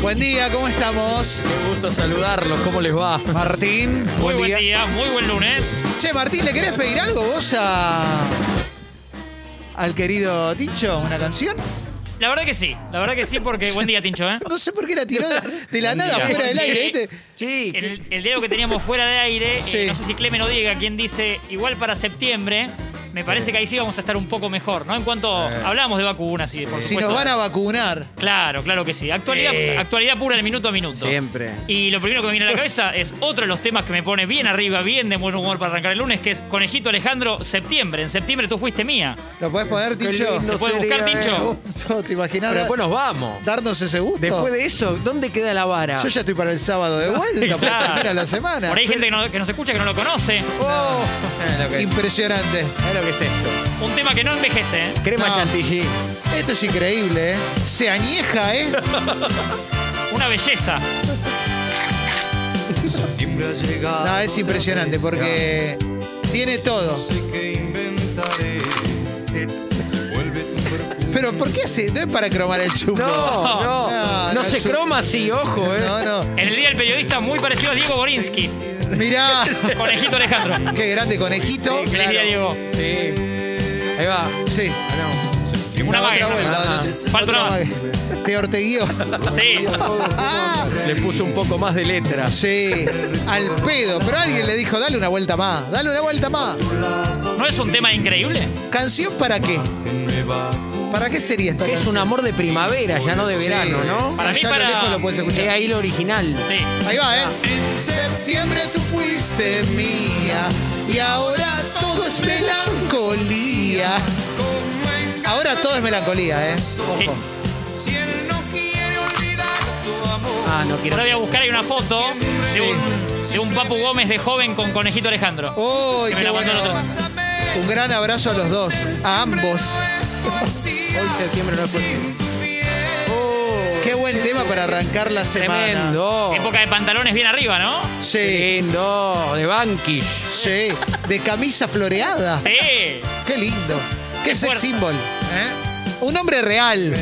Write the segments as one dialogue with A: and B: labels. A: Buen día, ¿cómo estamos?
B: Qué gusto saludarlos, ¿cómo les va?
A: Martín,
C: Muy
A: buen
C: buen
A: día.
C: día, muy buen lunes.
A: Che, Martín, ¿le querés pedir algo vos a. al querido Tincho? ¿Una canción?
C: La verdad que sí, la verdad que sí, porque buen día, Tincho, ¿eh?
A: No sé por qué la tiró de, de la nada
C: día.
A: fuera del
C: Sí.
A: aire, ¿viste?
B: Sí, que-
C: El, el dedo que teníamos fuera de aire, eh,
A: Sí.
C: no sé si Clemen lo diga, quien dice igual para septiembre, me parece que ahí sí vamos a estar un poco mejor, ¿no? En cuanto hablamos de vacunas y por
A: Si
C: supuesto.
A: nos van a vacunar.
C: Claro, claro que sí. Actualidad, actualidad pura del minuto a minuto.
B: siempre.
C: Y lo primero que me viene a la cabeza es otro de los temas que me pone bien arriba, bien de buen humor para arrancar el lunes, que es Conejito Alejandro, septiembre. En septiembre tú fuiste mía.
A: ¿Lo podés poner,
B: Qué
A: Tincho?
B: lindo
C: ¿Se puede
B: sería,
C: buscar, Tincho?
B: eh.
A: No, ¿Te imaginás
B: Pero después nos vamos.
A: darnos ese gusto?
B: Después de eso, ¿dónde queda la vara?
A: Yo ya estoy para el sábado de vuelta, para
C: Claro.
A: terminar la semana.
C: Por ahí hay gente que, no- que nos escucha que no lo conoce.
B: Oh, es lo que,
A: Impresionante.
B: es lo que es esto.
C: Un tema que no envejece, ¿eh?
B: Crema
A: No.
B: chantilly.
A: Esto es increíble, ¿eh? Se añeja, ¿eh?
C: Una belleza.
A: No, es impresionante porque tiene todo. Pero ¿por qué hace? No es para cromar el chumbo.
B: No, no, no,
A: No, no,
B: se
A: yo-
B: croma así, ojo, eh.
A: No, no.
C: En el Día del Periodista, muy parecido a Diego Borinsky.
A: Mirá,
C: Conejito Alejandro.
A: qué grande conejito.
C: Feliz día, Diego.
B: Sí. Ahí va.
A: Sí.
B: Ah, no.
C: Una
A: No, otra
C: vaga, ¿no?
A: vuelta.
B: Ah.
A: no,
C: Falta
A: otra
C: una
A: vaga. Te orteguió.
C: Sí.
B: Le puso un poco más de letra.
A: Sí, al pedo. Pero alguien le dijo, dale una vuelta más, dale una vuelta más.
C: ¿No es un tema increíble?
A: ¿Canción para qué? ¿Para qué sería esta
B: Es
A: canción?
B: un amor de primavera, ya no de
A: Sí.
B: verano, ¿no?
C: Para mí,
A: Allá a lo
C: para-
A: lejos lo puedes escuchar.
B: Es ahí lo original.
C: Sí.
A: Ahí va, ¿eh? En septiembre tú fuiste mía y ahora todo es melancolía. Ahora todo es melancolía, ¿eh? Ojo.
B: Ah, no quiero.
C: Ahora voy a buscar ahí una foto de un, de un Papu Gómez de joven con Conejito Alejandro.
A: ¡Uy,
C: Que me
A: qué
C: la
A: bueno!
C: mandó el
A: Un gran abrazo a los dos, a ambos.
B: Hoy septiembre no es posible. Oh,
A: Qué buen tema para arrancar la semana.
B: tremendo.
C: Época de pantalones bien arriba, ¿no?
A: Sí,
B: Tremendo. De Bankish.
A: sí. De camisa floreada.
C: Sí.
A: Qué lindo. Qué sex
C: fuerza.
A: symbol. ¿eh? Un hombre real.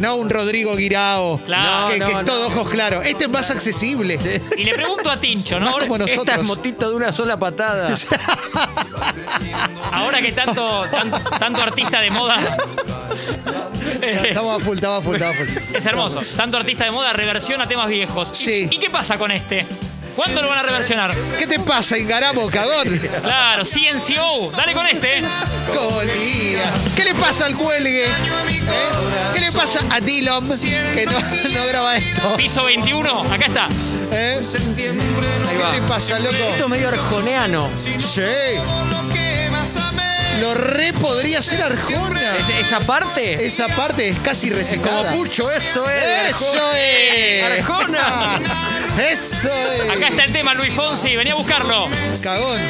A: No un Rodrigo Guirao.
C: Claro.
A: que,
B: No,
A: que
B: no,
A: es todo ojos claros. Este es más accesible.
C: Y le pregunto a Tincho, ¿no?
A: Más como
C: Ahora,
A: nosotros.
B: Esta es motito de una sola patada.
C: ahora que tanto, tan- tanto artista de moda.
A: Estamos a full, estamos a full, estamos a full.
C: Es hermoso. Tanto artista de moda reversiona temas viejos. ¿Y-
A: Sí.
C: ¿Y qué pasa con este? ¿Cuándo lo van a reversionar?
A: ¿Qué te pasa, Ingaramo, cagón?
C: Claro, CNCO. Dale con este.
A: Colía. ¿Qué le pasa al cuelgue? ¿Eh? ¿Qué le pasa a Dylan que no, no graba esto?
C: Piso 21. Acá está.
A: ¿Eh? ¿Qué te pasa,
B: Esto
A: loco?
B: es medio arjoneano.
A: Sí. Lo re podría ser Arjona.
B: Es- esa parte.
A: Esa parte es casi
B: como
A: recetada.
B: pucho, eso es.
A: ¡Eso es!
B: Arjona.
A: ¡Eso es!
C: Acá está el tema, Luis Fonsi. Venía a buscarlo.
A: Cagón.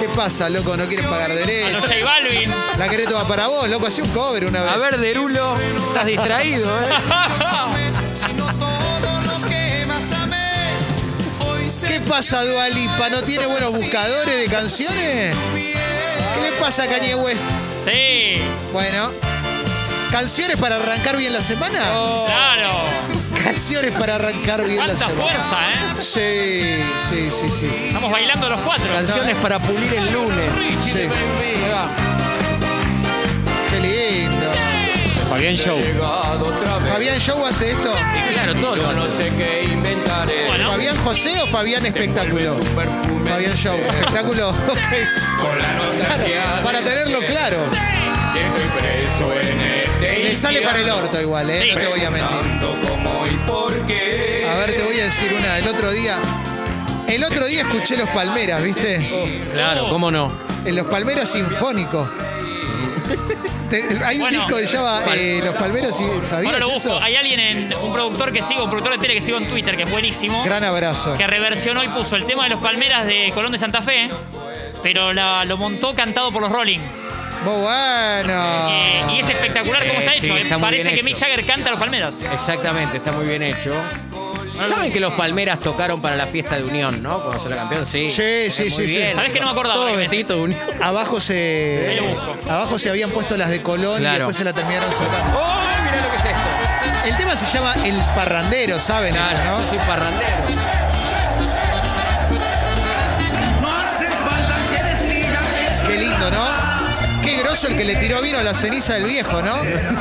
A: ¿Qué pasa, loco? ¿No quieren pagar
C: A
A: derecho?
C: los J Balvin.
A: La querés tomar para vos, loco. Hacía un cover una vez.
B: A ver, Derulo, estás distraído, ¿eh?
A: ¿Qué pasa, Dualipa? ¿No tiene buenos buscadores de canciones? ¿Qué le pasa a Kanye West?
C: Sí.
A: Bueno. ¿Canciones para arrancar bien la semana?
C: Claro.
A: Canciones para arrancar bien la
C: Cuánta
A: semana.
C: fuerza, ¿eh?
A: Sí, sí, sí, sí.
C: Estamos bailando los cuatro.
B: Canciones para pulir el lunes.
A: Sí,
B: Ahí va.
A: qué lindo.
D: Fabián Show.
A: ¿Fabián Show hace esto?
B: Claro, todo lo
D: No sé qué inventaré.
C: Bueno,
A: ¿Fabián José o Fabián Espectáculo? Fabián Show, espectáculo. ok.
D: Con la nota que
A: Claro, para tenerlo claro.
D: Estoy preso en este
A: Le sale para el orto igual, ¿eh?
C: Sí.
A: No te voy a mentir.
D: Tanto como y por qué.
A: A ver, te voy a decir una. El otro día. El otro día escuché Los Palmeras, ¿viste?
B: Claro, cómo no.
A: En Los Palmeras Sinfónicos. Te- hay un
C: Bueno.
A: disco que se llama eh, Los Palmeras, Sin-
C: ahora
A: ¿sabías
C: lo busco.
A: eso?
C: Hay alguien, en, un productor que sigo, un productor de tele que sigo en Twitter, que es buenísimo.
A: Gran abrazo.
C: que reversionó y puso el tema de los Palmeras de Colón de Santa Fe, pero la- lo montó cantado por los Rolling.
A: Muy
C: Eh, y
A: bueno.
C: es espectacular cómo está
B: Ah. Eh, sí,
C: hecho. eh.
B: está muy
C: Parece
B: bien
C: que
B: hecho.
C: Mick Jagger canta a los Palmeras.
B: Exactamente, está muy bien hecho.
C: Ah,
B: ¿Saben que los Palmeras tocaron para la fiesta de Unión, no? Cuando salió campeón, sí.
A: Sí, sí, sí,
B: Muy
A: sí.
B: bien.
C: Sabés que no me acordaba,
B: Todo
C: Ives.
B: vestido de Unión.
A: Abajo se.
C: Ahí lo busco.
A: Abajo se habían puesto las de Colón y
B: Claro.
A: después se la terminaron sacando.
B: ¡Oh, mirá lo que es esto.
A: El tema se llama El Parrandero, ¿saben eso,
B: Claro,
A: no?
B: yo soy parrandero.
A: Qué lindo, ¿no? Qué groso el que le tiró vino a la ceniza del viejo, ¿no?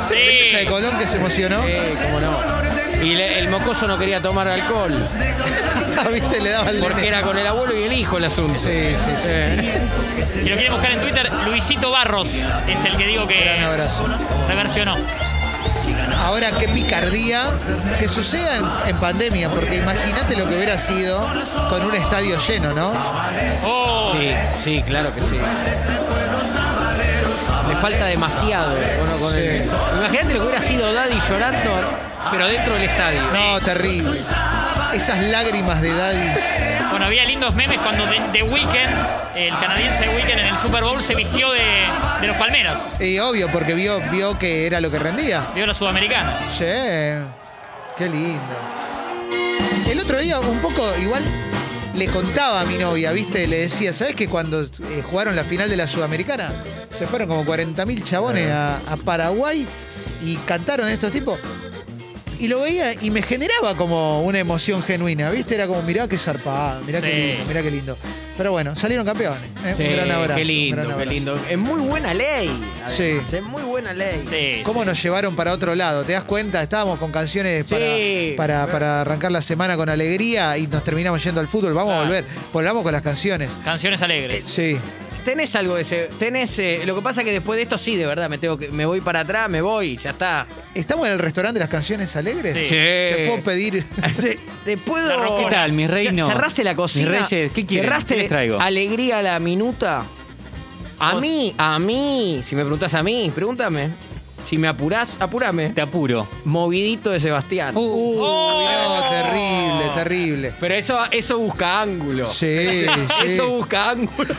C: Sí.
A: Esa de Colón que se emocionó.
B: Sí, cómo no. Y le- el mocoso no quería tomar alcohol,
A: ¿Viste? Le daba el
B: porque
A: nene.
B: era con el abuelo y el hijo el asunto.
A: Sí, sí, sí.
B: Eh,
C: Si lo quieren buscar en Twitter, Luisito Barros es el que digo
A: Gran
C: que
A: abrazo.
C: reversionó.
A: Ahora qué picardía que suceda en, en pandemia, porque imagínate lo que hubiera sido con un estadio lleno, ¿no?
C: Oh,
B: sí, sí, claro que sí. Le falta demasiado. bueno, con
A: Sí.
B: el- Imagínate lo que hubiera sido Daddy llorando, pero dentro del estadio.
A: No, terrible. Esas lágrimas de Daddy.
C: bueno, había lindos memes cuando The, The Weeknd, el canadiense The Weeknd en el Super Bowl se vistió de, de los Palmeras,
A: Y obvio, porque vio, vio que era lo que rendía.
C: vio la sudamericana.
A: Che, qué lindo. El otro día, un poco, igual le contaba a mi novia, ¿viste? Le decía, ¿sabes que cuando eh, jugaron la final de la Sudamericana se fueron como 40.000 chabones a, a Paraguay y cantaron estos tipos? Y lo veía y me generaba como una emoción genuina, ¿viste? Era como, mirá qué zarpado, mirá qué
C: Sí.
A: lindo, mirá qué lindo. Pero bueno, salieron campeones. ¿eh?
B: Sí,
A: un gran abrazo.
B: Qué
A: un
B: lindo,
A: gran
B: qué
A: abrazo.
B: lindo. Es muy buena ley. además,
A: Sí.
B: Es muy buena ley.
C: Sí,
A: ¿Cómo nos llevaron para otro lado? ¿Te das cuenta? Estábamos con canciones para,
B: Sí.
A: para, para arrancar la semana con alegría y nos terminamos yendo al fútbol. Vamos a
C: Ah.
A: volver. Volvamos con las canciones.
C: canciones alegres.
A: Sí.
B: Tenés algo de ese. Tenés. eh, lo que pasa que después de esto sí, de verdad, me tengo que. Me voy para atrás, me voy, ya está.
A: ¿Estamos en el restaurante de las canciones alegres?
C: Sí.
A: ¿Te puedo pedir?
B: Te, te
C: La
B: puedo.
C: roscona. ¿Qué
E: tal, mis reinos?
B: Cerraste la cocina.
E: Mis reyes, ¿qué quieren?
B: Cerraste
E: ¿Qué les traigo?
B: alegría a la minuta. A mí, a mí. Si me preguntás a mí, pregúntame. Si me apurás, apurame.
E: Te apuro.
B: Movidito de Sebastián.
A: Uy,
C: Oh.
A: no, Uh, terrible, terrible.
B: Pero eso, eso busca ángulo.
A: Sí, sí.
B: Eso busca ángulo.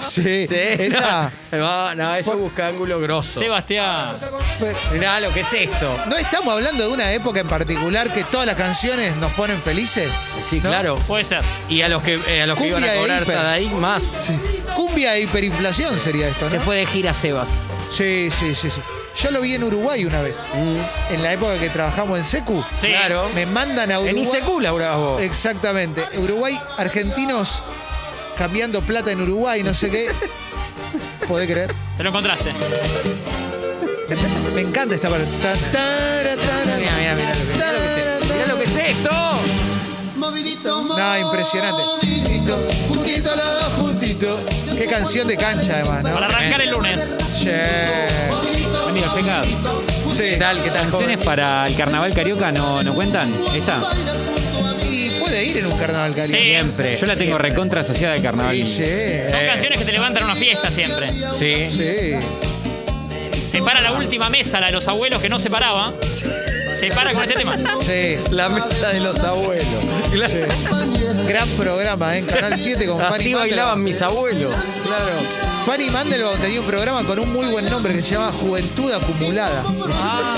A: Sí. Esa.
B: No, no, eso busca ángulo grosso.
C: Sebastián.
A: Pero
B: Mirá lo que es esto.
A: No estamos hablando de una época en particular que todas las canciones nos ponen felices.
B: Sí,
A: ¿no?
B: claro.
C: Puede ser.
B: Y a los que, eh, a los que iban
A: Cumbia
B: a
A: de
B: cobrar
A: hiper.
B: Sadaí, más.
A: Sí. Cumbia e hiperinflación sería esto, ¿no?
B: Se fue de gira Sebas.
A: Sí, sí, sí, sí. Yo lo vi en Uruguay una vez. En la época que trabajamos en Secu.
C: Sí.
B: Claro. Eh,
A: Me mandan a
B: En
A: Uruguay.
B: ICQ laburabas vos.
A: Exactamente. Uruguay, argentinos cambiando plata en Uruguay, no sé qué. ¿Podés creer?
C: Te lo encontraste.
A: Me encanta esta parte. Ta, tara, tara.
B: Mira, mira, mira. Mirá lo que es esto.
A: No, impresionante. Juntito los dos juntitos. Qué canción de cancha, además, ¿no?
C: Para arrancar el lunes.
A: Che.
E: Amigos, venga.
A: Sí.
B: ¿Qué tal? ¿Qué tal? joven?
E: ¿Canciones para el carnaval carioca no, no cuentan? ¿Esta?
A: Y puede ir en un carnaval caliente.
E: Siempre. Yo la tengo recontra asociada al carnaval.
A: Sí,
C: Son
A: sí.
C: canciones que te levantan a una fiesta siempre.
E: Sí.
A: Sí.
C: Se para la última mesa, la de los abuelos que no se paraba. Se para con este tema.
A: Sí.
B: La mesa de los abuelos. Claro.
A: Sí. Gran programa, ¿eh? En Canal 7 con Fanny
B: Así bailaban
A: Mandelbaum.
B: mis abuelos. Claro.
A: Fanny Mandelbaum tenía un programa con un muy buen nombre que se llama Juventud Acumulada.
B: Ah.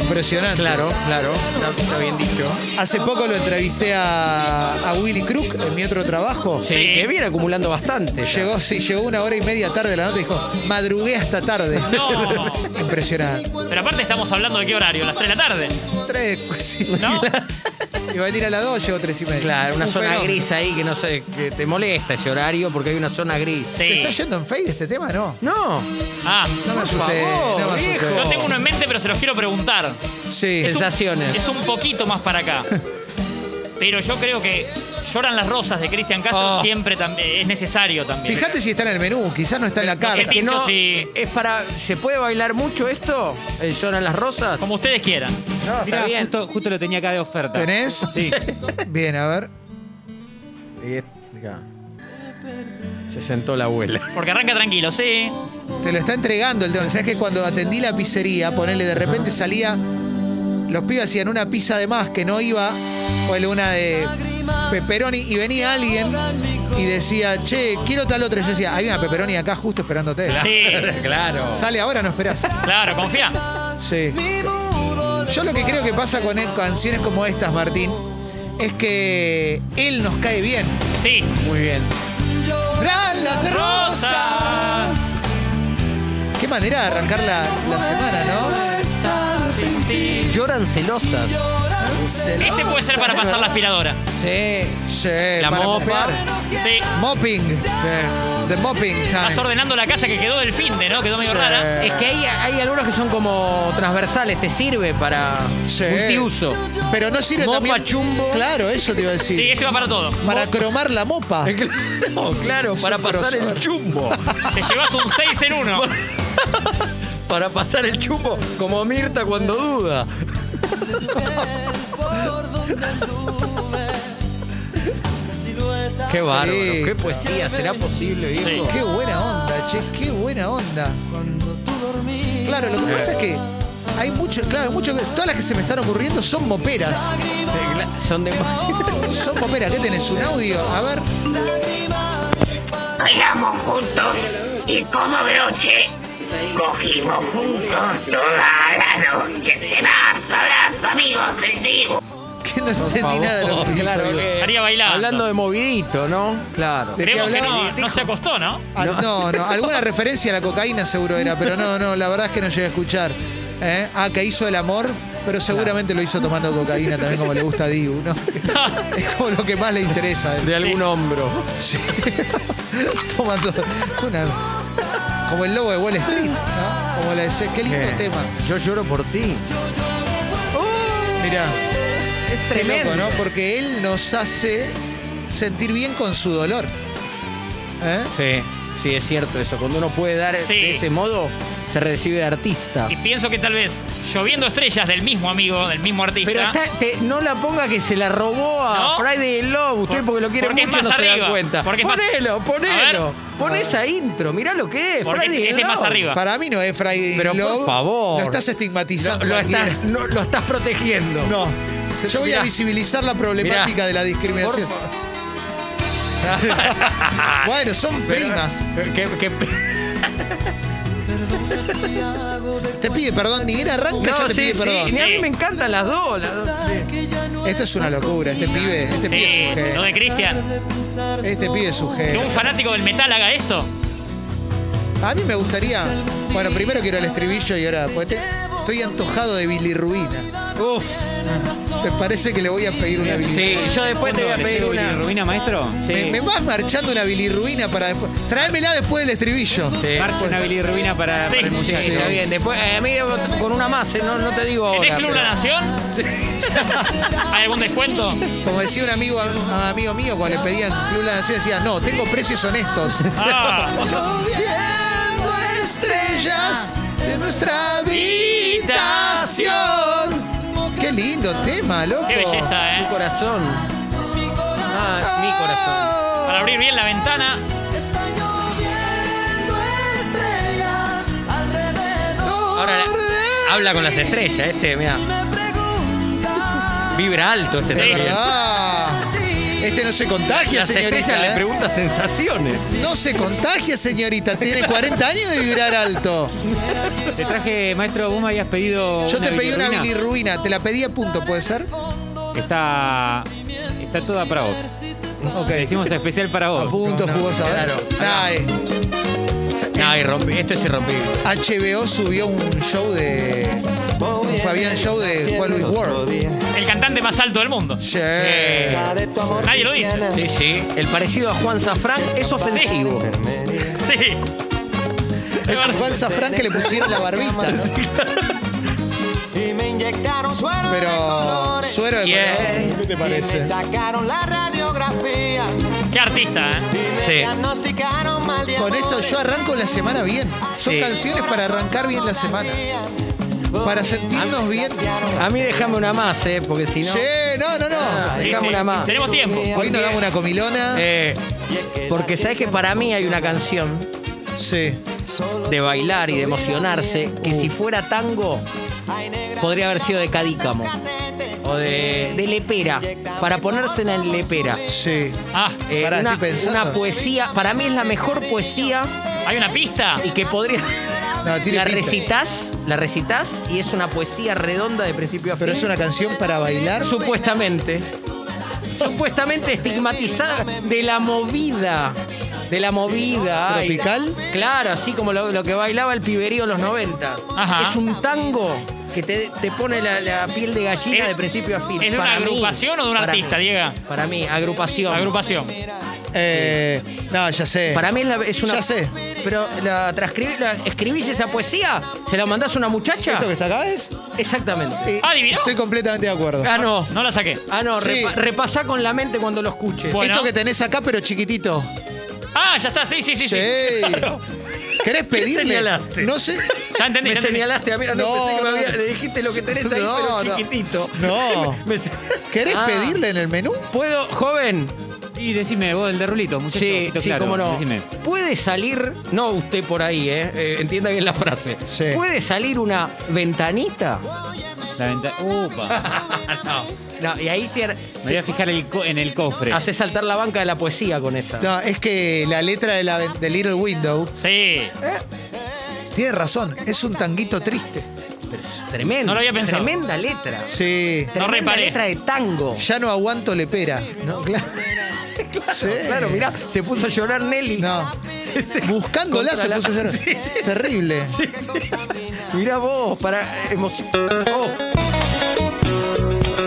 A: Impresionante.
B: Claro, claro. Está, está bien dicho.
A: Hace poco lo entrevisté a, a Willy Crook en mi otro trabajo.
B: Sí. Que viene acumulando bastante. ya.
A: Llegó, sí, llegó una hora y media tarde de la nota y dijo, madrugué hasta tarde.
C: No.
A: Impresionante.
C: Pero aparte estamos hablando de qué horario, las 3 de la tarde.
A: Tres, sí.
C: ¿No?
A: Iba a venir a las dos, llegó tres y media.
B: Claro, una
A: Un
B: zona
A: fenómeno.
B: gris ahí que no sé, que te molesta ese horario porque hay una zona gris.
A: ¿Se
C: Sí.
A: está yendo en fade este tema? No.
B: No.
C: Ah,
A: No me asusté,
B: favor,
A: no me
B: viejo.
A: asusté.
C: yo tengo uno en mente, pero se los quiero preguntar.
A: Sí.
C: Es un-
B: Sensaciones.
C: Es un poquito más para acá. Pero yo creo que lloran las rosas de Cristian Castro
B: Oh.
C: siempre tam- es necesario también.
A: Fíjate si está en el menú, quizás no está en la
C: sé,
A: carta.
C: Pincho,
B: No,
C: si-
B: es para. ¿Se puede bailar mucho esto? ¿El Lloran las Rosas?
C: Como ustedes quieran.
B: No,
E: Mirá,
B: está bien.
E: Justo, justo lo tenía acá de oferta.
A: ¿Tenés?
E: Sí.
A: Bien, a ver.
B: Y es- acá. Se sentó la abuela.
C: Porque arranca tranquilo, sí.
A: Te lo está entregando el tema. Sabes que cuando atendí la pizzería, ponele, de repente salía. Los pibes hacían una pizza de más que no iba, ponele una de pepperoni, y venía alguien y decía, che, quiero tal otra. Y yo decía, hay una pepperoni acá justo esperándote.
C: Sí.
B: Claro.
A: Sale ahora, no esperás.
C: Claro, confía.
A: Sí. Yo lo que creo que pasa con eh, canciones como estas, Martín, es que él nos cae bien.
C: Sí.
B: Muy bien.
A: ¡Ralas de rosas!
C: Rosas.
A: Qué manera de arrancar la, la semana, ¿no?
F: sin ti.
B: Lloran celosas.
C: Este puede ser para pasar la aspiradora.
B: Sí.
A: Sí,
B: La
A: para
B: mopa.
A: mopear.
C: Sí.
A: Mopping. The mopping
C: Vas
A: time.
C: ordenando la casa que quedó del fin de, ¿no? Quedó medio
A: Sí.
C: rara.
B: Es que hay, hay algunos que son como transversales, te sirve para
A: Sí.
B: multiuso.
A: Pero no sirve
B: Mopa,
A: también.
B: chumbo.
A: Claro, eso te iba a decir.
C: Sí, este va para todo.
A: Para cromar la mopa.
B: Claro, claro,
A: Es
B: para
A: un
B: pasar el
A: crossover.
B: chumbo.
C: Te llevas un 6 en 1.
B: Para pasar el chumbo como Mirta cuando duda. Qué bárbaro,
A: Sí.
B: qué poesía, será posible, viejo.
A: Qué buena onda, che, qué buena onda. Claro, lo que pasa es que hay muchos, claro, muchos, todas las que se me están ocurriendo son moperas.
B: Son de
A: Son moperas, ¿qué tenés? ¿Un audio? A ver.
G: Bailamos juntos y como de noche cogimos juntos toda la noche. Te vas, sabrás, amigos, te digo.
A: Que no entendí nada de lo que dijo.
B: Claro que-
C: Estaría bailando.
B: Hablando de movidito, ¿no? Claro.
A: ¿De qué
C: Creemos que no,
A: hablaba?
C: no se acostó, ¿no?
A: Ah, No, no, alguna referencia a la cocaína seguro era, pero no, no, la verdad es que no llegué a escuchar. ¿Eh? Ah, que hizo el amor, pero seguramente lo hizo tomando cocaína también como le gusta a Diu, ¿no? Es como lo que más le interesa. a él.
B: De algún hombro.
A: Sí. Tomando una- como el lobo de Wall Street, ¿no? Como la de C- Qué lindo tema.
B: Yo lloro por ti.
A: Mirá,
B: Es
A: qué
B: tremendo.
A: loco, ¿no? Porque él nos hace sentir bien con su dolor. ¿Eh?
B: Sí, sí, es cierto eso. Cuando uno puede dar
C: Sí.
B: de ese modo, se recibe de artista.
C: Y pienso que tal vez lloviendo estrellas del mismo amigo, del mismo artista.
B: Pero está- te- no la ponga que se la robó a
C: ¿No?
B: Friday Night Love. Usted
C: Por-
B: porque lo quiere
C: porque es
B: mucho no
C: más
B: se da
C: arriba.
B: cuenta.
C: Porque es más-
B: ponelo,
C: A
B: ponelo.
C: ver.
B: Pon esa intro. Mirá lo que es.
C: Porque
B: Friday Night
C: este es más
B: Love.
C: arriba.
A: Para mí no es Friday
B: Ah. Pero por
A: Love.
B: favor.
A: Lo estás estigmatizando.
B: Lo
A: cualquiera.
B: estás, no, lo estás protegiendo.
A: No.
B: Se-
A: Yo voy
B: mirá.
A: a visibilizar la problemática
B: Mirá.
A: de la discriminación.
B: Por fa-
A: Bueno, son
B: pero-
A: primas.
B: que- que-
A: Te pide perdón, ni bien arranca, ya
B: No,
A: te
B: sí,
A: pide
B: sí.
A: perdón.
B: ni A mí
C: Sí.
B: me encantan las dos. las dos, sí.
A: Esto es una locura, este pibe, este pibe
C: Sí,
A: es un
C: lo
A: genio.
C: de Cristian.
A: Este pibe es un
C: Que
A: genio.
C: un fanático del metal haga esto.
A: A mí me gustaría. Bueno, primero quiero el estribillo y ahora. pues, te- estoy antojado de bilirruina.
B: Uf.
A: Me parece que le voy a pedir una
B: Sí,
A: bilirruina.
B: yo después te voy a pedir una.
E: ¿Ruina, maestro?
B: Sí.
A: Me, me vas marchando una bilirruina para después. Tráemela después del estribillo.
B: Sí.
E: Marcha una bilirrubina para,
A: Ah,
C: Sí.
E: para el museo.
B: Sí, está bien. Después, eh, a mí eh, con una más, eh, no, no te digo
C: ¿Tenés
A: este
B: ahora.
C: este Club La
B: pero-
C: Nación? ¿Hay algún descuento?
A: Como decía un amigo, a- amigo mío cuando le pedían Club La Nación, decía, no, tengo precios honestos.
C: Ah,
A: Lloviendo estrellas de nuestra habitación. Qué lindo tema, loco.
B: Oh.
C: qué belleza,
B: Mi
C: ¿eh?
B: corazón. Ah, mi corazón.
A: Ah,
C: Para abrir bien la ventana.
B: Ahora habla con las estrellas, este, mira. Vibra alto este
A: De
C: Sí.
B: también.
A: verdad. Este no se contagia,
B: Las estrellas le
A: señorita. ¿eh?
B: pregunta sensaciones.
A: No se contagia, señorita. Tiene 40 años de vibrar alto.
E: Te traje, maestro, vos me habías pedido.
A: Yo
E: una
A: te pedí una
E: bilirrubina.
A: bilirruina. Te la pedí a punto, ¿puede ser?
E: Está. Está toda para vos.
A: Ok.
E: Te hicimos especial para
A: A
E: vos.
A: punto,
B: No, no,
A: jugosa.
B: claro.
A: Nah, eh,
B: No, irrompi- esto es irrompible.
A: HBO subió un show de. Un Fabián Show de Juan Luis Ward.
C: El cantante más alto del mundo. Eh,
A: Che.
C: Nadie lo dice.
B: Sí, sí. El parecido a Juan Safran es ofensivo.
C: Sí.
A: Es el Juan Safran que le pusieron la barbita. ¿no?
F: Y me inyectaron suero de
A: Pero
F: colores.
A: suero de
B: Yeah.
A: color. ¿Qué te
F: Me
A: parece?
F: sacaron la radiografía
C: Qué artista, ¿eh?
F: y me
B: Sí.
F: diagnosticaron mal de
A: Con esto
F: amores.
A: yo arranco la semana bien. Son
B: Sí.
A: canciones para arrancar bien la semana. Para sentirnos bien.
B: A mí déjame una más, eh, porque si no.
A: Sí, no, no, no.
C: Sí,
B: Dejame
C: sí.
B: una más.
C: Tenemos tiempo.
A: Hoy nos damos una comilona.
B: Eh, porque sabes que para mí hay una canción
A: Sí.
B: de bailar y de emocionarse que si fuera tango podría haber sido de Cadícamo o de, de Lepera para ponérsela en Lepera.
A: Sí.
C: Ah,
B: Eh,
A: Pará,
B: una,
A: estoy pensando.
B: una poesía, para mí es la mejor poesía
C: ¿hay una pista?
B: y que podría
A: No, tiene
B: la
A: pinta.
B: recitas, la recitas y es una poesía redonda de principio a fin.
A: Pero es una canción para bailar.
B: supuestamente supuestamente estigmatizada de la movida de la movida ay.
A: ¿Tropical?
B: claro así como lo, lo que bailaba el piberío en los 90
C: Ajá.
B: es un tango que te, te pone la, la piel de gallina
C: Es-
B: de principio a fin.
C: ¿Es de una
B: Para mí,
C: agrupación o de un
B: para mí.
C: artista, Diego?
B: Para mí, agrupación.
C: Agrupación.
A: Eh, no, ya sé.
B: Para mí es, la- es una.
A: Ya sé.
B: Pero la, transcribí- la- escribís esa poesía, se la mandás a una muchacha.
A: ¿Esto que está acá es?
B: Exactamente.
A: Eh,
C: ¿Adivinó?
A: Estoy completamente de acuerdo.
B: Ah, no.
C: No la saqué.
B: Ah, no.
A: Sí.
B: repa- repasá con la mente cuando lo escuches.
C: Bueno.
A: Esto que tenés acá, pero chiquitito.
C: Ah, ya está, sí, sí, sí.
A: Sí.
C: sí. Claro.
A: ¿Querés pedirle?
B: señalaste?
A: No sé.
C: Ya entendí,
B: Me
C: ya entendí.
B: señalaste a mí, no,
A: No,
B: pensé que me
A: no.
B: había- le dijiste lo que tenés ahí,
A: No,
B: pero
A: no.
B: chiquitito.
A: No.
B: Me se-
A: ¿Querés
B: Ah.
A: pedirle en el menú?
B: ¿Puedo, joven?
E: Y decime vos, el de Rulito, muchacho.
B: Sí,
E: ojito
B: sí,
E: claro,
B: cómo no.
E: Decime.
B: ¿Puede salir, no usted por ahí, eh, eh, entienda bien la frase?
A: Sí.
B: ¿Puede salir una ventanita?
E: La venta- Upa.
B: no. No, y ahí sí era-
E: Me voy a fijar el co- en el cofre.
C: Ah,
B: hace saltar la banca de la poesía con esa.
A: No, es que la letra de, la, de Little Window
C: Sí.
A: tiene razón. Es un tanguito triste.
B: Tremenda.
C: No lo había pensado.
B: Tremenda letra.
A: Sí.
B: Tremenda
C: reparé.
B: letra de tango.
A: Ya no aguanto lepera.
B: No, claro. Claro,
A: Sí.
B: claro, mirá, se puso a llorar Nelly.
A: No.
B: Sí, sí.
A: Buscándola
B: Contra
A: se
B: la-
A: puso a llorar.
B: Sí, sí.
A: Terrible.
B: Mirá vos, para emoción. Oh.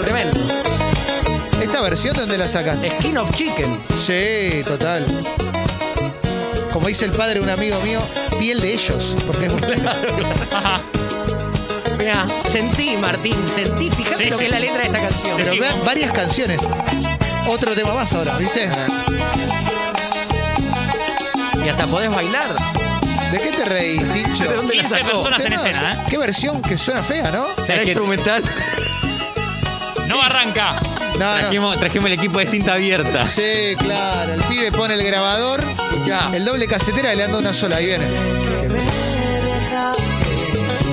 B: Tremendo.
A: ¿Esta versión dónde la sacaste?
B: Skin of Chicken.
A: Sí, total. Como dice el padre de un amigo mío, piel de ellos. Porque es
C: Ajá.
B: Mirá, sentí, Martín, sentí. Fíjate
C: Sí,
B: lo
C: sí.
B: que es la letra de esta
A: Pero
B: canción.
C: Decimos.
A: vean varias canciones. Otro tema más ahora, ¿viste?
B: Y hasta podés bailar.
A: ¿De qué te reís, Tincho?
B: ¿De dónde la
C: 15
B: sacó?
C: personas en
A: Temas-
C: escena,
A: Qué versión que suena fea, ¿no?
B: Será
E: Es que-
B: instrumental.
C: ¿eh? No arranca.
A: No, no.
E: Trajimos, trajimos el equipo de cinta abierta.
A: Sí, claro. El pibe pone el grabador,
B: Ya.
A: el doble casetera y le anda una sola y viene.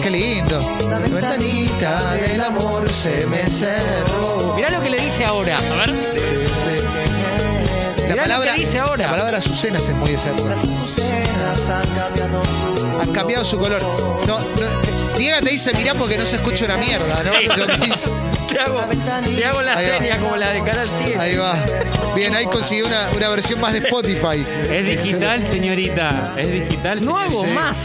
A: Qué lindo. La ventanita del amor se me cerró.
B: Mirá lo que le dice ahora.
C: A ver.
A: La
B: Mirá lo
A: palabra,
B: que dice ahora.
A: la palabra Azucenas es muy de esa época. Han cambiado su color. No, no, Diego te dice, mirá porque no se escucha una mierda, ¿no?
C: Sí.
A: Lo que dice.
B: Te hago, te hago la
A: Ahí va.
B: serie como la de Canal 7.
A: Ahí va. Bien, ahí consiguió una, una versión más de Spotify.
E: Es digital, señorita. Es digital.
B: No
E: señorita.
B: hago
A: Sí.
B: más.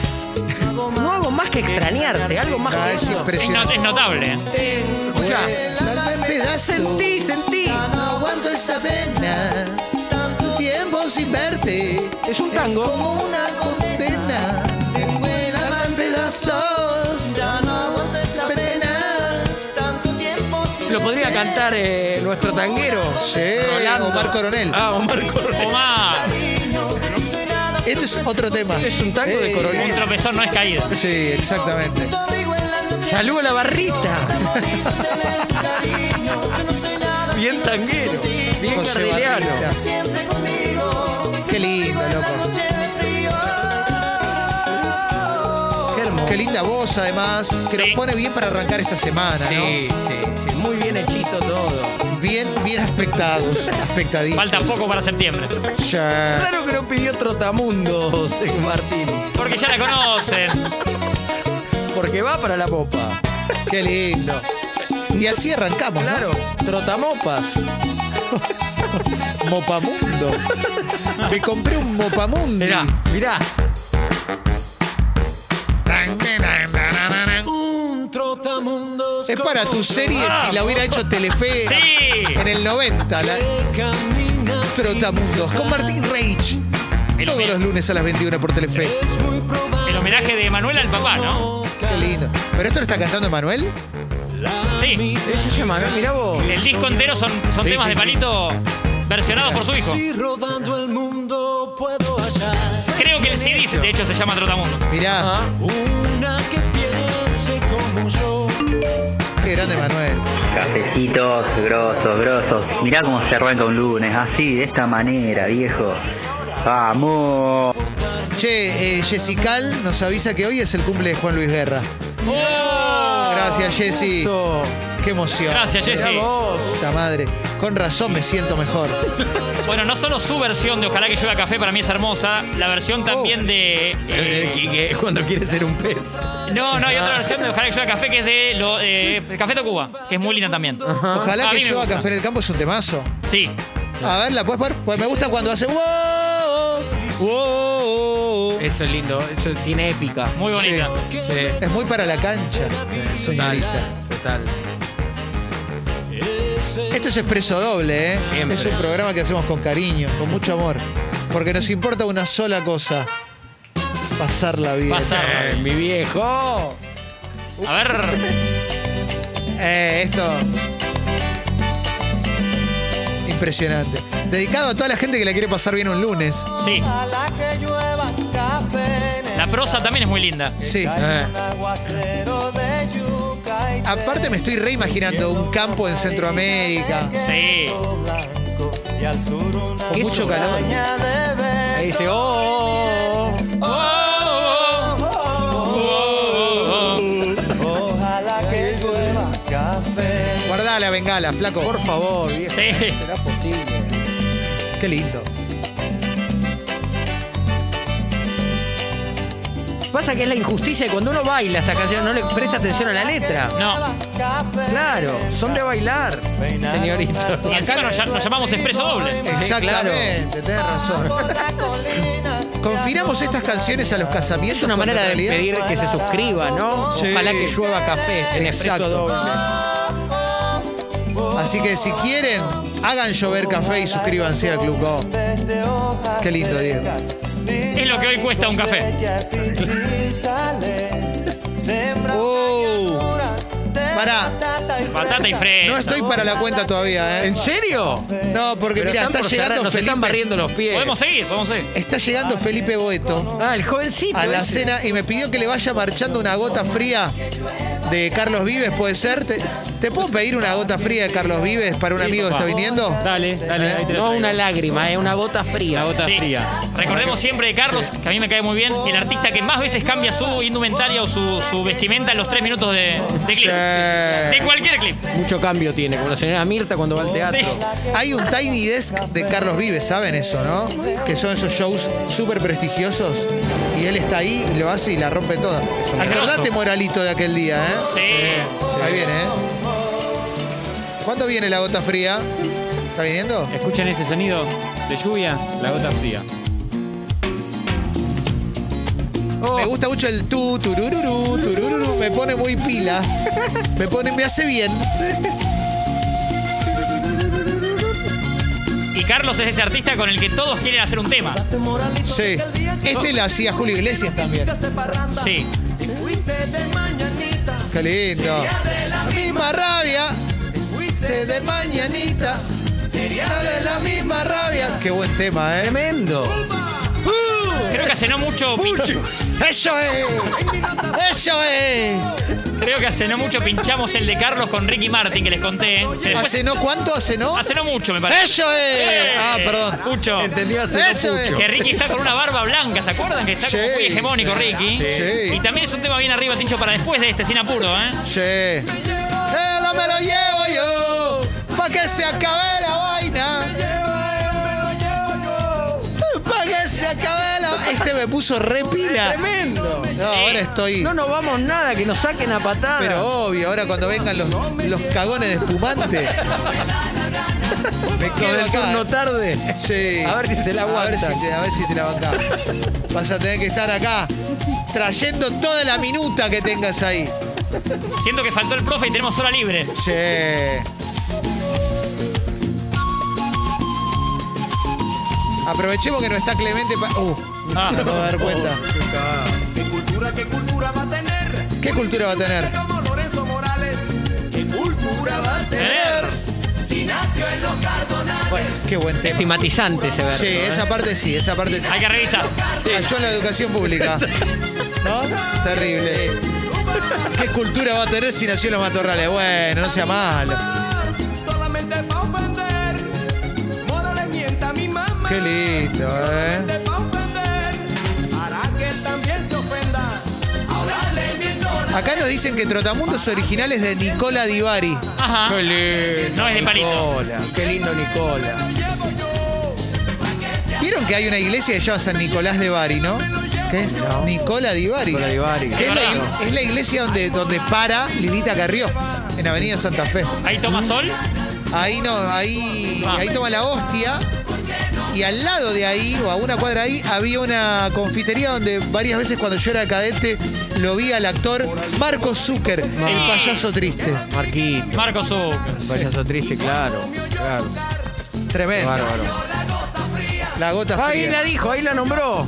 B: No hago más que extrañarte. Algo más
A: Ah,
B: que
A: es
B: eso.
C: Es, no-
A: impresionante.
C: es notable.
B: Escuchá.
A: La alma en pedazos.
B: Sentí, sentí.
A: No aguanto esta pena. Tanto tiempo sin verte.
B: Es un tango.
A: como una condena. Tengo el alma en pedazos. Ya no aguanto esta pena.
B: Lo podría cantar eh, nuestro tanguero.
A: Sí,
B: Rolando.
A: Omar Coronel.
B: Ah, Omar Coronel.
C: Omar.
A: Este es otro tema.
B: Es un tango de
C: Un
B: coronel.
C: tropezón no es caído.
A: Sí, exactamente.
B: Saludo a la barrita. Bien tanguero. Bien
A: José
B: gardeliano.
A: Barrita. Qué lindo, loco.
B: Qué hermoso.
A: Qué linda voz, además. Que nos
C: Sí.
A: pone bien para arrancar esta semana,
B: Sí, sí, sí. Muy bien hechito todo.
A: ¿no? Bien, bien aspectados. Aspectaditos.
C: Falta poco para septiembre.
A: Ya.
B: Claro que no pidió Trotamundos, eh, Martín.
C: Porque ya la conocen.
B: Porque va para la popa.
A: Qué lindo. Y así arrancamos,
B: Claro,
A: ¿no?
B: trotamopas.
A: Mopamundo. Me compré un mopamundo.
B: Mirá, mirá.
A: Es para tus series si la hubiera hecho Telefe
C: Sí.
A: en el 90. La... Trotamundos con Martín Reich. Todos los lunes a las 21 por Telefe.
C: El homenaje de Manuel al papá, ¿no?
A: Qué lindo. ¿Pero esto lo está cantando Manuel?
C: Sí.
B: Eso se llama, ¿no? mirá vos.
C: El disco entero son, son temas de palito versionados por su hijo.
H: rodando el mundo puedo hallar
C: Creo que el CD, de hecho, se llama Trotamundo.
A: Mirá,
B: Ah,
H: una que piense como yo.
A: qué grande Manuel.
I: Cafecitos grosos, grosos. Mirá cómo se arranca un lunes, así, de esta manera, viejo. ¡Vamos!
A: Che, eh, Jessical nos avisa que hoy es el cumple de Juan Luis Guerra. Gracias, Jessy.
B: esto.
A: Qué emoción.
C: Oh. Gracias, Jessy.
A: Puta madre. Con razón me siento mejor.
C: Bueno, no solo su versión de Ojalá que llueva café para mí es hermosa, la
A: Oh.
C: versión también de. eh,
B: Cuando quiere ser un pez.
C: no, no, hay otra versión de Ojalá que llueva café que es de lo, eh, Café Tacuba, que es muy linda también.
A: Ojalá
C: Ah, A
A: que
C: mí me
A: llueva
C: gusta.
A: café en el campo es un temazo.
C: Sí.
A: A ver, ¿la puedes poner? Pues me gusta cuando hace wow, wow, wow,
B: Eso es lindo, eso tiene épica.
C: Muy bonita.
A: Sí.
B: Sí,
A: Es muy para la cancha, señorita.
B: total.
A: Esto es Expreso Doble, ¿eh?
B: Siempre.
A: Es un programa que hacemos con cariño, con mucho amor. Porque nos importa una sola cosa. Pasarla bien.
C: Pasar.
B: Eh, mi viejo.
C: A ver.
A: Eh, esto. Impresionante. Dedicado a toda la gente que la quiere pasar bien un lunes.
C: Sí.
F: Ojalá que llueva café en el
C: La prosa también es muy linda.
A: Sí.
B: Eh,
F: aguacero de yuca y
A: Aparte me estoy reimaginando un campo en Centroamérica.
C: Sí.
F: blanco y al sur una
A: Con mucho calor.
F: montaña de verde.
B: ahí dice, oh, oh, oh.
F: Ojalá que llueva café.
A: Guardá la bengala, flaco.
B: por favor, viejo.
C: Sí.
B: Será posible.
A: Qué lindo.
B: Pasa que es la injusticia de cuando uno baila esta canción, no le presta atención a la letra.
C: No.
B: Claro, son de bailar, señorita.
C: Y encima nos, ll- nos llamamos expreso doble.
A: Exactamente, tenés razón. Confinamos estas canciones a los casamientos.
B: Es una
A: cuando
B: manera
A: en
B: de
A: realidad-
B: pedir que se suscriba, ¿no?
A: Sí.
B: Ojalá que llueva café en
A: Exacto.
B: expreso doble.
A: Así que si quieren, hagan llover café y suscríbanse al Club Go.
F: Desde hojas
A: Qué lindo, Diego.
F: secas,
C: Es lo que hoy cuesta un café.
F: cosecha pitizále, sembra
A: Uh,
F: pura de
A: Pará.
F: batata y
C: Batata y
A: No
C: fresa.
A: estoy para la cuenta todavía, ¿eh?
B: ¿En serio?
A: No, porque
B: Pero
A: mira,
B: están
A: está
B: por cerrar,
A: llegando
B: nos están
A: Felipe.
B: barriendo los pies.
C: Podemos seguir, podemos seguir.
A: Está llegando Felipe Boeto
B: Ah, el jovencito.
A: a la
B: ese.
A: cena y me pidió que le vaya marchando una gota fría de Carlos Vives, ¿puede ser? ¿Te, te puedo pedir una gota fría de Carlos Vives para un amigo que está viniendo?
E: Dale, dale, ahí te lo
B: No
E: traigo.
B: una lágrima, es una gota fría.
E: La gota
C: Sí.
E: fría.
C: Recordemos siempre de Carlos, que a mí me cae muy bien, el artista que más veces cambia su indumentaria o su, su vestimenta en los tres minutos de, de
A: Sí.
C: clip. De cualquier clip.
B: Mucho cambio tiene, como la señora Mirta cuando va al
C: Sí.
B: teatro.
A: Hay un Tiny Desk de Carlos Vives, ¿saben eso, no? Que son esos shows súper prestigiosos. Y él está ahí y lo hace y la rompe toda. Acordate,
C: grosso.
A: Moralito, de aquel día, ¿eh?
C: Sí.
A: Ahí viene, ¿eh? ¿Cuándo viene la gota fría? ¿Está viniendo?
E: ¿Escuchan ese sonido de lluvia? La gota fría.
A: Me gusta mucho el tu, turururu, turururu. Me pone muy pila. Me pone, me hace bien.
C: Y Carlos es ese artista con el que todos quieren hacer un tema.
A: Sí. Este la hacía Julio Iglesias también.
C: Sí.
A: Qué lindo. La misma rabia. Fuiste de mañanita. Sería de la misma rabia. Qué buen tema, ¿eh?
B: Tremendo.
C: Creo que hace no mucho. pinch-
A: ¡Eso es! ¡Eso es!
C: Creo que hace no mucho pinchamos el de Carlos con Ricky Martin, que les conté. ¿eh? Que después-
A: ¿Hace no cuánto? ¿Hace no?
C: hace no mucho, me parece.
A: ¡Eso es!
C: Eh,
A: Ah, perdón.
C: Pucho.
B: Entendió hace
A: ¡Eso es!
C: Que Ricky está con una barba blanca, ¿se acuerdan? Que está como
A: Sí.
C: muy hegemónico Ricky.
A: Sí.
C: Y también es un tema bien arriba, Tincho, para después de este, sin apuro, ¿eh?
A: Sí. Eh, no me lo llevo yo. Pa' que se acabe la vaina. Pa' que se acabe la Este me puso re pila.
B: Tremendo.
A: No, ahora estoy.
B: No nos vamos nada, que nos saquen a patada.
A: Pero obvio, ahora cuando vengan los, los cagones de espumante. Me
B: Lo
A: quedo
B: del turno
A: acá.
B: tarde.
A: Sí.
B: A ver si se la
A: A ver
B: aguantan.
A: si te, a ver si te la bancás. Vas a tener que estar acá trayendo toda la minuta que tengas ahí.
C: Siento que faltó el profe y tenemos hora libre. ¿eh?
A: Sí. Aprovechemos que no está Clemente para. Uh,
C: Ah.
A: no me voy a dar cuenta.
J: ¿Qué cultura, qué cultura va a tener?
A: ¿Qué cultura va a tener?
J: Como Lorenzo Morales, ¿qué cultura va a tener? Si nació en los Cardonales.
A: Qué buen tema.
B: Estigmatizante ese verso.
A: Sí,
B: Este ¿eh?
A: esa parte sí, esa parte sí.
C: Hay que revisar.
A: Cayó en la educación pública. ¿No? Terrible. ¿Qué cultura va a tener si nació en los matorrales? Bueno, no sea malo.
J: Solamente pa' ofender. Morales mienta a mi mamá.
A: Qué lindo, ¿eh?
J: Solamente pa' ofender. Hará que él también se ofenda. Ahora le miento la-
A: Acá nos dicen que Trotamundos originales de Nicola Divari.
C: Ajá.
B: Qué lindo.
C: No es de Parito.
B: Nicola. Qué lindo Nicola.
A: Vieron que hay una iglesia que lleva San Nicolás de Bari, ¿no? Que es Nicola Di Bari.
B: Nicola Di Bari.
A: Que es, la, ig- es la iglesia donde, donde para Lilita Carrió, en Avenida Santa Fe.
C: Ahí toma sol.
A: Ahí no, ahí, ahí toma la hostia Y al lado de ahí, o a una cuadra ahí, había una confitería donde varias veces cuando yo era cadete lo vi al actor Marco Zucker, el payaso triste.
B: Marquito.
C: Marco Zucker.
B: Payaso triste, claro. Claro.
A: Tremendo.
B: Bárbaro.
A: La gota
B: Ahí
A: fría.
B: la dijo, ahí la nombró.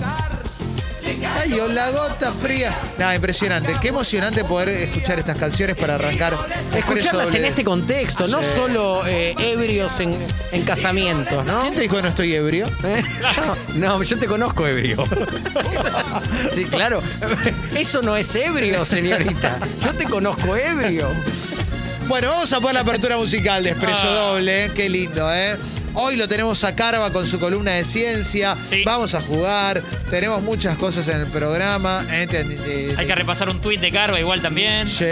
A: Ay, oh, la gota fría. Nada, impresionante. Qué emocionante poder escuchar estas canciones para arrancar. Expreso
B: Escucharlas en
A: doble.
B: este contexto, no solo eh, ebrios en, en casamientos, ¿no?
A: ¿Quién te dijo que no estoy ebrio?
B: ¿Eh? No, yo te conozco ebrio. Sí, claro. Eso no es ebrio, señorita. Yo te conozco ebrio.
A: Bueno, vamos a poner la apertura musical de Expreso
C: Ah.
A: Doble, ¿eh? qué lindo, ¿eh? Hoy lo tenemos a Carva con su columna de ciencia.
C: Sí.
A: Vamos a jugar. Tenemos muchas cosas en el programa. ¿eh? Te- te- te-
C: Hay que repasar un tuit de Carva igual también.
A: Sí,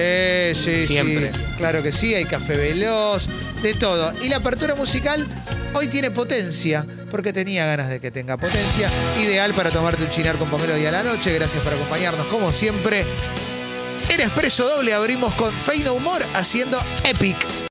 A: sí,
B: Siempre.
A: sí. Claro que sí, hay café veloz, de todo. Y la apertura musical hoy tiene potencia, porque tenía ganas de que tenga potencia. Ideal para tomarte un chinar con pomelo y a la noche. Gracias por acompañarnos, como siempre. En Expreso Doble abrimos con Feino Humor haciendo Epic.